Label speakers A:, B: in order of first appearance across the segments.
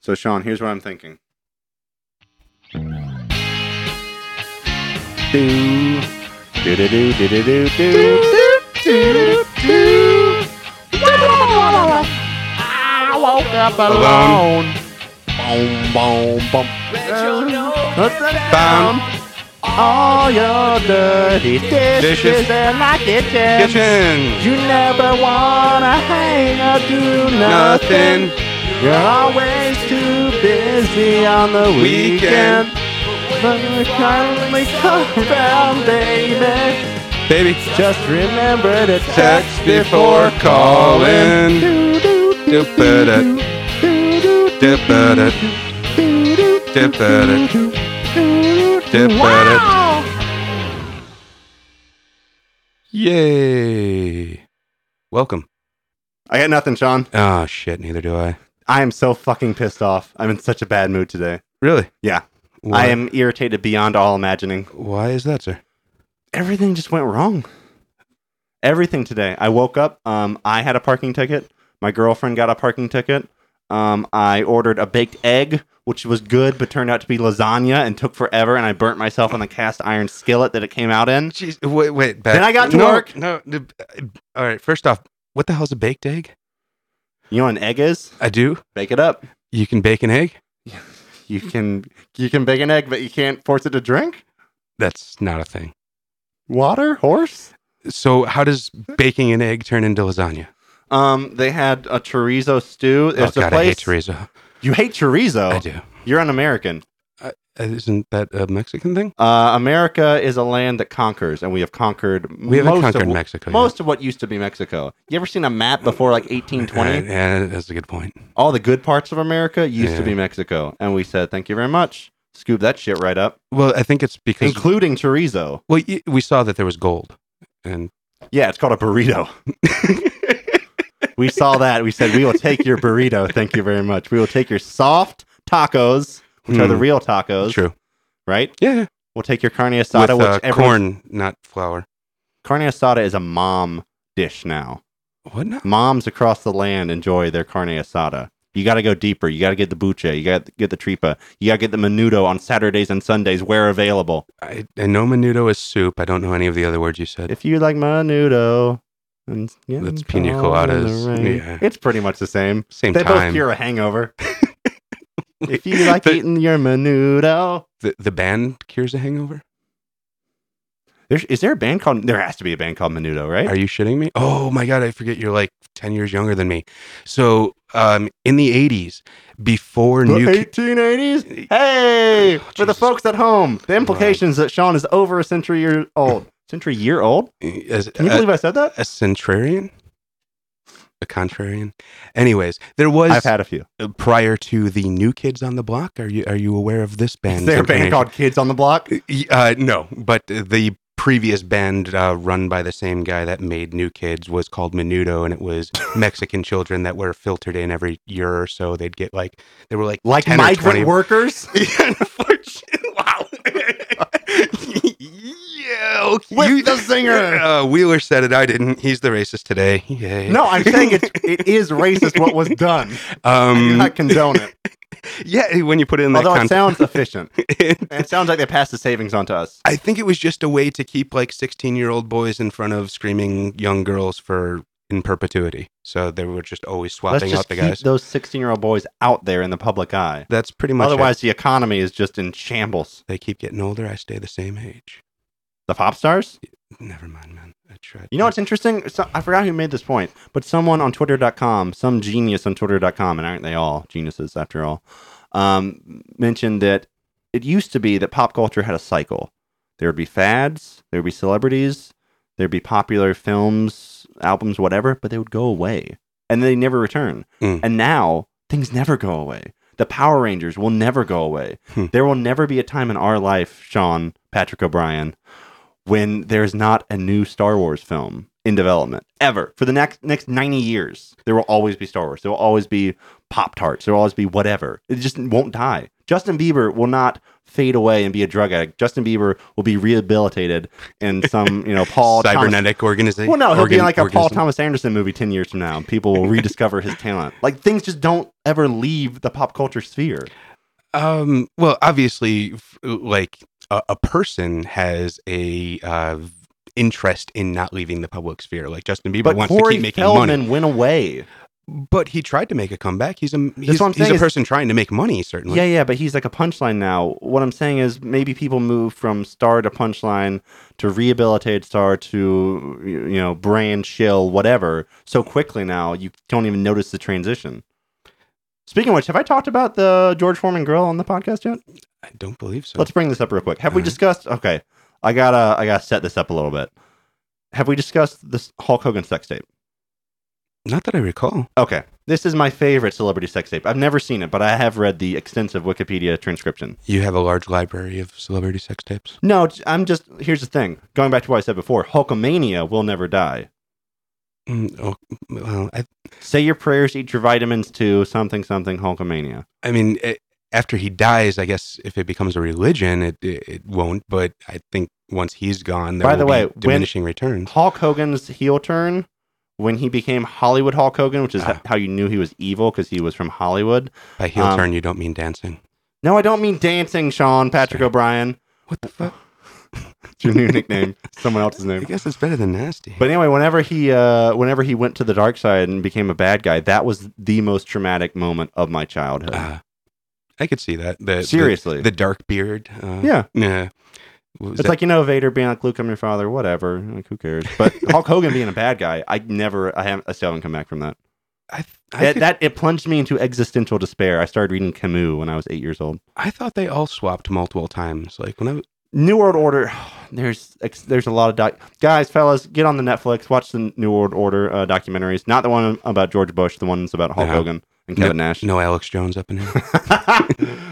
A: So, Sean, here's what I'm thinking. Do do do do do do do do do.
B: I woke up
A: Alone. Boom, boom, boom. Bam.
B: All your dirty
A: Dishes.
B: in my kitchen.
A: Kitchen.
B: You never wanna hang or do
A: Nothing.
B: You're always too busy on the
A: Weekend.
B: weekend. But you kindly come round, baby.
A: Baby.
B: Just remember to
A: Text
B: text
A: before
B: before calling.
A: calling.
B: Do-do,
A: Do-ba-da.
B: do-do,
A: Dip-a-da.
B: do-do,
A: Dip-a-da.
B: do-do, do-do.
A: Dip-a-da.
B: Wow!
A: Yay. Welcome. I got nothing, Sean. Oh, shit. Neither do I.
B: I am so fucking pissed off. I'm in such a bad mood today.
A: Really?
B: Yeah.
A: Why,
B: I am irritated beyond all imagining.
A: Why is that, sir?
B: Everything just went wrong. Everything today. I woke up. Um, I had a parking ticket. My girlfriend got a parking ticket. Um, I ordered a baked egg, which was good, but turned out to be lasagna and took forever. And I burnt myself on the cast iron skillet that it came out in.
A: Jeez. Wait, wait. Back.
B: Then I got to
A: No,
B: work.
A: No. no, uh, All right. First off, what the hell's a baked egg?
B: You know what an egg is?
A: I do.
B: Bake it up.
A: You can bake an egg?
B: You can you can bake an egg, but you can't force it to drink
A: That's not a thing.
B: water. Horse.
A: So, how does baking an egg turn into lasagna?
B: Um, they had a chorizo stew.
A: oh,
B: It's a
A: God, I hate
B: place.
A: chorizo.
B: You hate chorizo.
A: I do. Uh,
B: You're an American.
A: Isn't that a Mexican thing?
B: Uh, America is a land that conquers, and we have conquered.
A: We haven't
B: most
A: conquered
B: of,
A: Mexico.
B: Most of what used to be Mexico. You ever seen a map before like
A: yet. Uh,
B: 1820?
A: yeah, that's a good point.
B: All the good parts of America used
A: Yeah.
B: to be Mexico, and we said thank you very much. Scoop that shit right up,
A: Well, I think it's because
B: including chorizo.
A: well, y- we saw that there was gold, and
B: Yeah, it's called a burrito. we saw that. We said we will take your burrito. Thank you very much. We will take your soft tacos, which are the
A: Hmm,
B: real tacos,
A: true.
B: right?
A: Yeah, yeah.
B: We'll take your carne asada,
A: with uh,
B: which every
A: corn, not flour.
B: carne asada is a mom dish now.
A: What? Now?
B: Moms across the land enjoy their carne asada. You got to go deeper. You got to get the buche. You got to get the tripa. You got to get the menudo on Saturdays and Sundays where available.
A: I, I know menudo is soup. I don't know any of the other words you said.
B: If you like menudo, and getting
A: That's piña
B: caught in the
A: coladas.
B: rain.
A: Yeah.
B: It's pretty much the same.
A: Same
B: they both
A: time.
B: cure a hangover. if you like
A: the,
B: eating your menudo,
A: the the band cures a hangover.
B: there's, is there a band called? There has to be a band called Menudo, right?
A: Are you shitting me? Oh my god, I forget you're like 10 years younger than me. So, um in the 80s before
B: The
A: new Ki-
B: 1880s? Hey!
A: Oh,
B: for the
A: Jesus.
B: folks at home, the implications that Sean is over a century year old. Century year old?
A: as, uh,
B: Can you
A: a,
B: believe I said that?
A: a centrarian? A contrarian? Anyways, there was
B: I've had a few.
A: uh, prior to the new kids on the block. Are you are you aware of this band?
B: Is there a band called Kids on the Block?
A: Uh, no, but the previous band uh, run by the same guy that made New Kids was called Menudo, and it was Mexican children that were filtered in every year or so. They'd get like they were like
B: Like
A: 10 or 20.
B: migrant workers?
A: Yeah, unfortunately. Wow. yeah, okay.
B: With the singer.
A: Uh, Wheeler said it. I didn't. He's the racist today. Yay.
B: No, I'm saying it's, it is racist what was done. I do
A: Um,
B: not condone it.
A: yeah, when you put it in that
B: Although it
A: context.
B: sounds efficient. And it sounds like they passed the savings on to us.
A: I think it was just a way to keep like 16 year old boys in front of screaming young girls for in perpetuity. So they were just always
B: Let's
A: swapping out
B: just
A: the
B: keep
A: guys.
B: those 16 year old boys out there in the public eye.
A: That's pretty much it.
B: Otherwise, the economy is just in shambles.
A: They keep getting older. I stay the same age.
B: The pop stars?
A: Never mind, man. I tried.
B: You know what's interesting? So, I forgot who made this point, but someone on Twitter.com, some genius on Twitter.com, and aren't they all geniuses after all, um, mentioned that it used to be that pop culture had a cycle. There would be fads, there would be celebrities, there'd be popular films, albums, whatever, but they would go away and they never return.
A: Mm.
B: And now things never go away. The Power Rangers will never go away.
A: Hmm.
B: There will never be a time in our life, Sean, Patrick O'Brien, when there's not a new Star Wars film in development ever for the next next 90 years there will always be Star Wars there will always be Pop Tarts. There'll always be whatever. It just won't die. Justin Bieber will not fade away and be a drug addict. Justin Bieber will be rehabilitated in some, you know, Paul Thomas
A: cybernetic organization.
B: well, no, he'll be in like a Paul Thomas Anderson movie 10 years from now. and People will rediscover his talent. Like things just don't ever leave the pop culture sphere.
A: Um, well, obviously, f- like a, a person has a uh, interest in not leaving the public sphere. Like Justin Bieber
B: But
A: wants
B: Corey
A: to keep making
B: Feldman
A: money,
B: went away.
A: but he tried to make a comeback. He's a he's,
B: what I'm
A: he's
B: saying
A: a
B: is-
A: person trying to make money. Certainly,
B: Yeah, yeah, but he's like a punchline now. What I'm saying is maybe people move from star to punchline to rehabilitated star to, you know, brand shill, whatever, so quickly now you don't even notice the transition. Speaking of which, have I talked about the George Foreman grill on the podcast yet?
A: I don't believe so.
B: Let's bring this up real quick. Have we
A: Alright.
B: discussed? Okay, I gotta I gotta set this up a little bit. Have we discussed this Hulk Hogan sex tape?
A: Not that I recall.
B: Okay, this is my favorite celebrity sex tape. I've never seen it, but I have read the extensive Wikipedia transcription.
A: You have a large library of celebrity sex tapes.
B: No, j- I'm just here's the thing. Going back to what I said before, Hulkamania will never die.
A: Mm, oh, well, I,
B: Say your prayers, eat your vitamins to something something Hulkamania.
A: I mean, eh, after he dies, I guess if it becomes a religion, it it, it won't. But I think once he's gone, there
B: By the
A: will
B: way,
A: be
B: when-
A: diminishing returns.
B: Hulk Hogan's heel turn when he became Hollywood Hulk Hogan, which is
A: Ah.
B: how you knew he was evil because he was from Hollywood.
A: By heel
B: Um,
A: turn, you don't mean dancing.
B: No, I don't mean dancing, Sean Patrick O'Brien.
A: What the fuck?
B: It's your new nickname. Someone else's
A: I
B: name.
A: guess it's better than nasty.
B: uh, But anyway, whenever he uh, whenever he went to the dark side and became a bad guy, that was the most traumatic moment of my childhood.
A: uh, I could see that. The, the-
B: Seriously.
A: the, dark beard. Uh,
B: yeah.
A: yeah. What was
B: It's
A: that?
B: like you know Vader being like Luke, I'm your father, whatever. Like who cares? But Hulk Hogan being a bad guy, I never, I haven't, I still haven't come back from that.
A: I, th- I,
B: That,
A: could-
B: that it plunged me into existential despair. I started reading Camus when I was eight years old.
A: I thought they all swapped multiple times. Like when I w-
B: New World Order. There's ex- there's a lot of doc- guys, fellas. Get on the Netflix, watch the New World Order uh, documentaries. Not the one about George Bush, the ones about Hulk
A: No.
B: Hogan and Kevin Nash.
A: no Alex Jones up in here.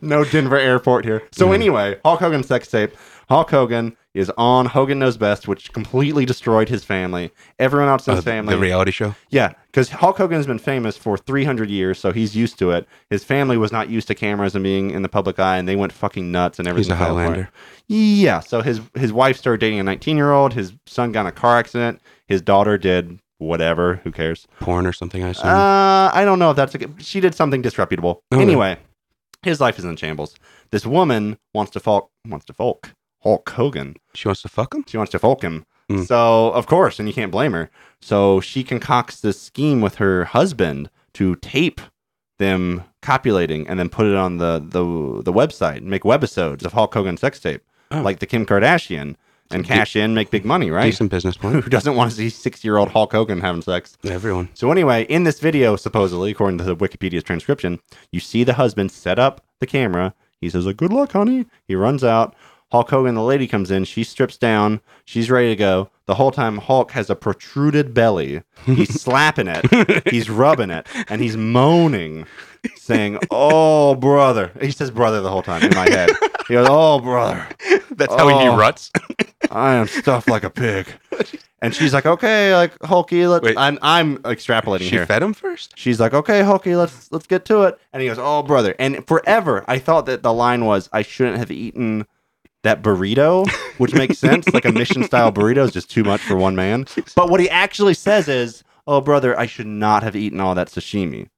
B: no Denver airport here. So
A: Mhm.
B: anyway, Hulk Hogan sex tape. Hulk Hogan is on Hogan Knows Best, which completely destroyed his family. Everyone else in
A: Uh,
B: his family.
A: The reality show.
B: yeah, because Hulk Hogan has been famous for 300 years, so he's used to it. His family was not used to cameras and being in the public eye, and they went fucking nuts and everything.
A: He's a
B: fell apart.
A: Highlander.
B: Yeah. So his his wife started dating a 19 year old. His son got in a car accident. His daughter did whatever. Who cares?
A: Porn or something, I assume.
B: Uh, I don't know if that's a good. She did something disreputable.
A: Okay.
B: Anyway, his life is in shambles. This woman wants to folk wants to folk Hulk Hogan.
A: she wants to fuck him?
B: She wants to folk him.
A: Mm.
B: So of course, and you can't blame her. So she concocts this scheme with her husband to tape them copulating and then put it on the the the website and make webisodes of Hulk Hogan sex tape,
A: Oh.
B: like the Kim Kardashian, and
A: Di-
B: cash in, make big money, right?
A: Decent business plan.
B: Who doesn't want to see six year old Hulk Hogan having sex?
A: Everyone.
B: So anyway, in this video, supposedly according to the Wikipedia's transcription, you see the husband set up the camera. He says, "Good luck, honey." He runs out. Hulk Hogan, the lady comes in. She strips down. She's ready to go. The whole time, Hulk has a protruded belly. He's slapping it. He's rubbing it, and he's moaning, saying, "Oh, brother." He says "brother" the whole time in my head. He goes, "Oh, brother."
A: That's
B: how he Oh.
A: ruts.
B: I am stuffed like a pig. And she's like, okay, like Hulky, let's.
A: Wait.
B: I'm I'm extrapolating
A: She
B: here.
A: fed him first?
B: She's like, okay, Hulky, let's let's get to it. And he goes, oh brother. And forever, I thought that the line was, I shouldn't have eaten that burrito, which makes sense. Like a mission style burrito is just too much for one man. But what he actually says is, oh brother, I should not have eaten all that sashimi.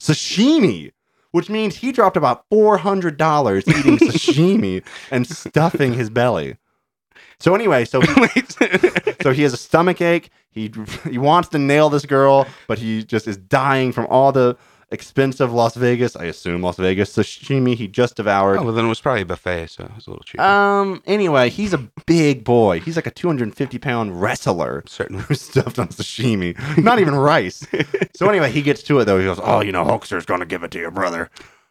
B: Sashimi. Which means he dropped about four hundred dollars eating sashimi and stuffing his belly. So anyway, so
A: Wait.
B: so he has a stomach ache. He he wants to nail this girl, but he just is dying from all the expensive Las Vegas, I assume Las Vegas sashimi he just devoured.
A: oh, well, then it was probably a buffet, so it was a little cheaper.
B: Um. Anyway, he's a big boy. He's like a 250 pound wrestler
A: Certainly.
B: who's stuffed on sashimi, not even rice. So anyway, he gets to it though. He goes, "Oh, you know, Hulkster's gonna give it to your brother."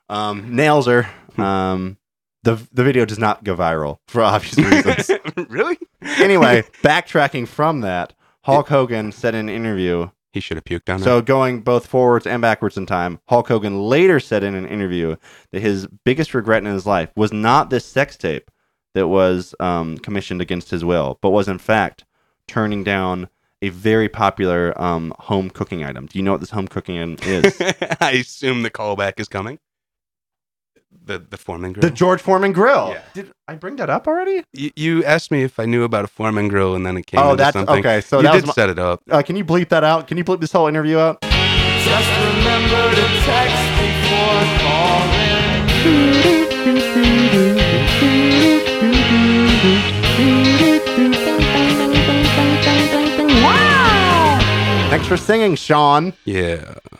B: Um, nails her. Um, the the video does not go viral for obvious reasons
A: really?
B: anyway, backtracking from that, Hulk Hogan said in an interview.
A: He should have puked on it.
B: So going both forwards and backwards in time, Hulk Hogan later said in an interview that his biggest regret in his life was not this sex tape that was um, commissioned against his will, but was in fact turning down a very popular um, home cooking item. Do you know what this home cooking item is?
A: I assume the callback is coming. The the Foreman grill.
B: the George Foreman grill.
A: Yeah.
B: Did I bring that up already?
A: you, you asked me if I knew about a Foreman grill, and then it came.
B: oh,
A: into
B: that's
A: something.
B: okay. So
A: you
B: that
A: did
B: was my,
A: set it up.
B: uh, can you bleep that out? Can you bleep this whole interview out?
C: Just remember to text before calling.
B: Thanks for singing, Sean.
A: Yeah.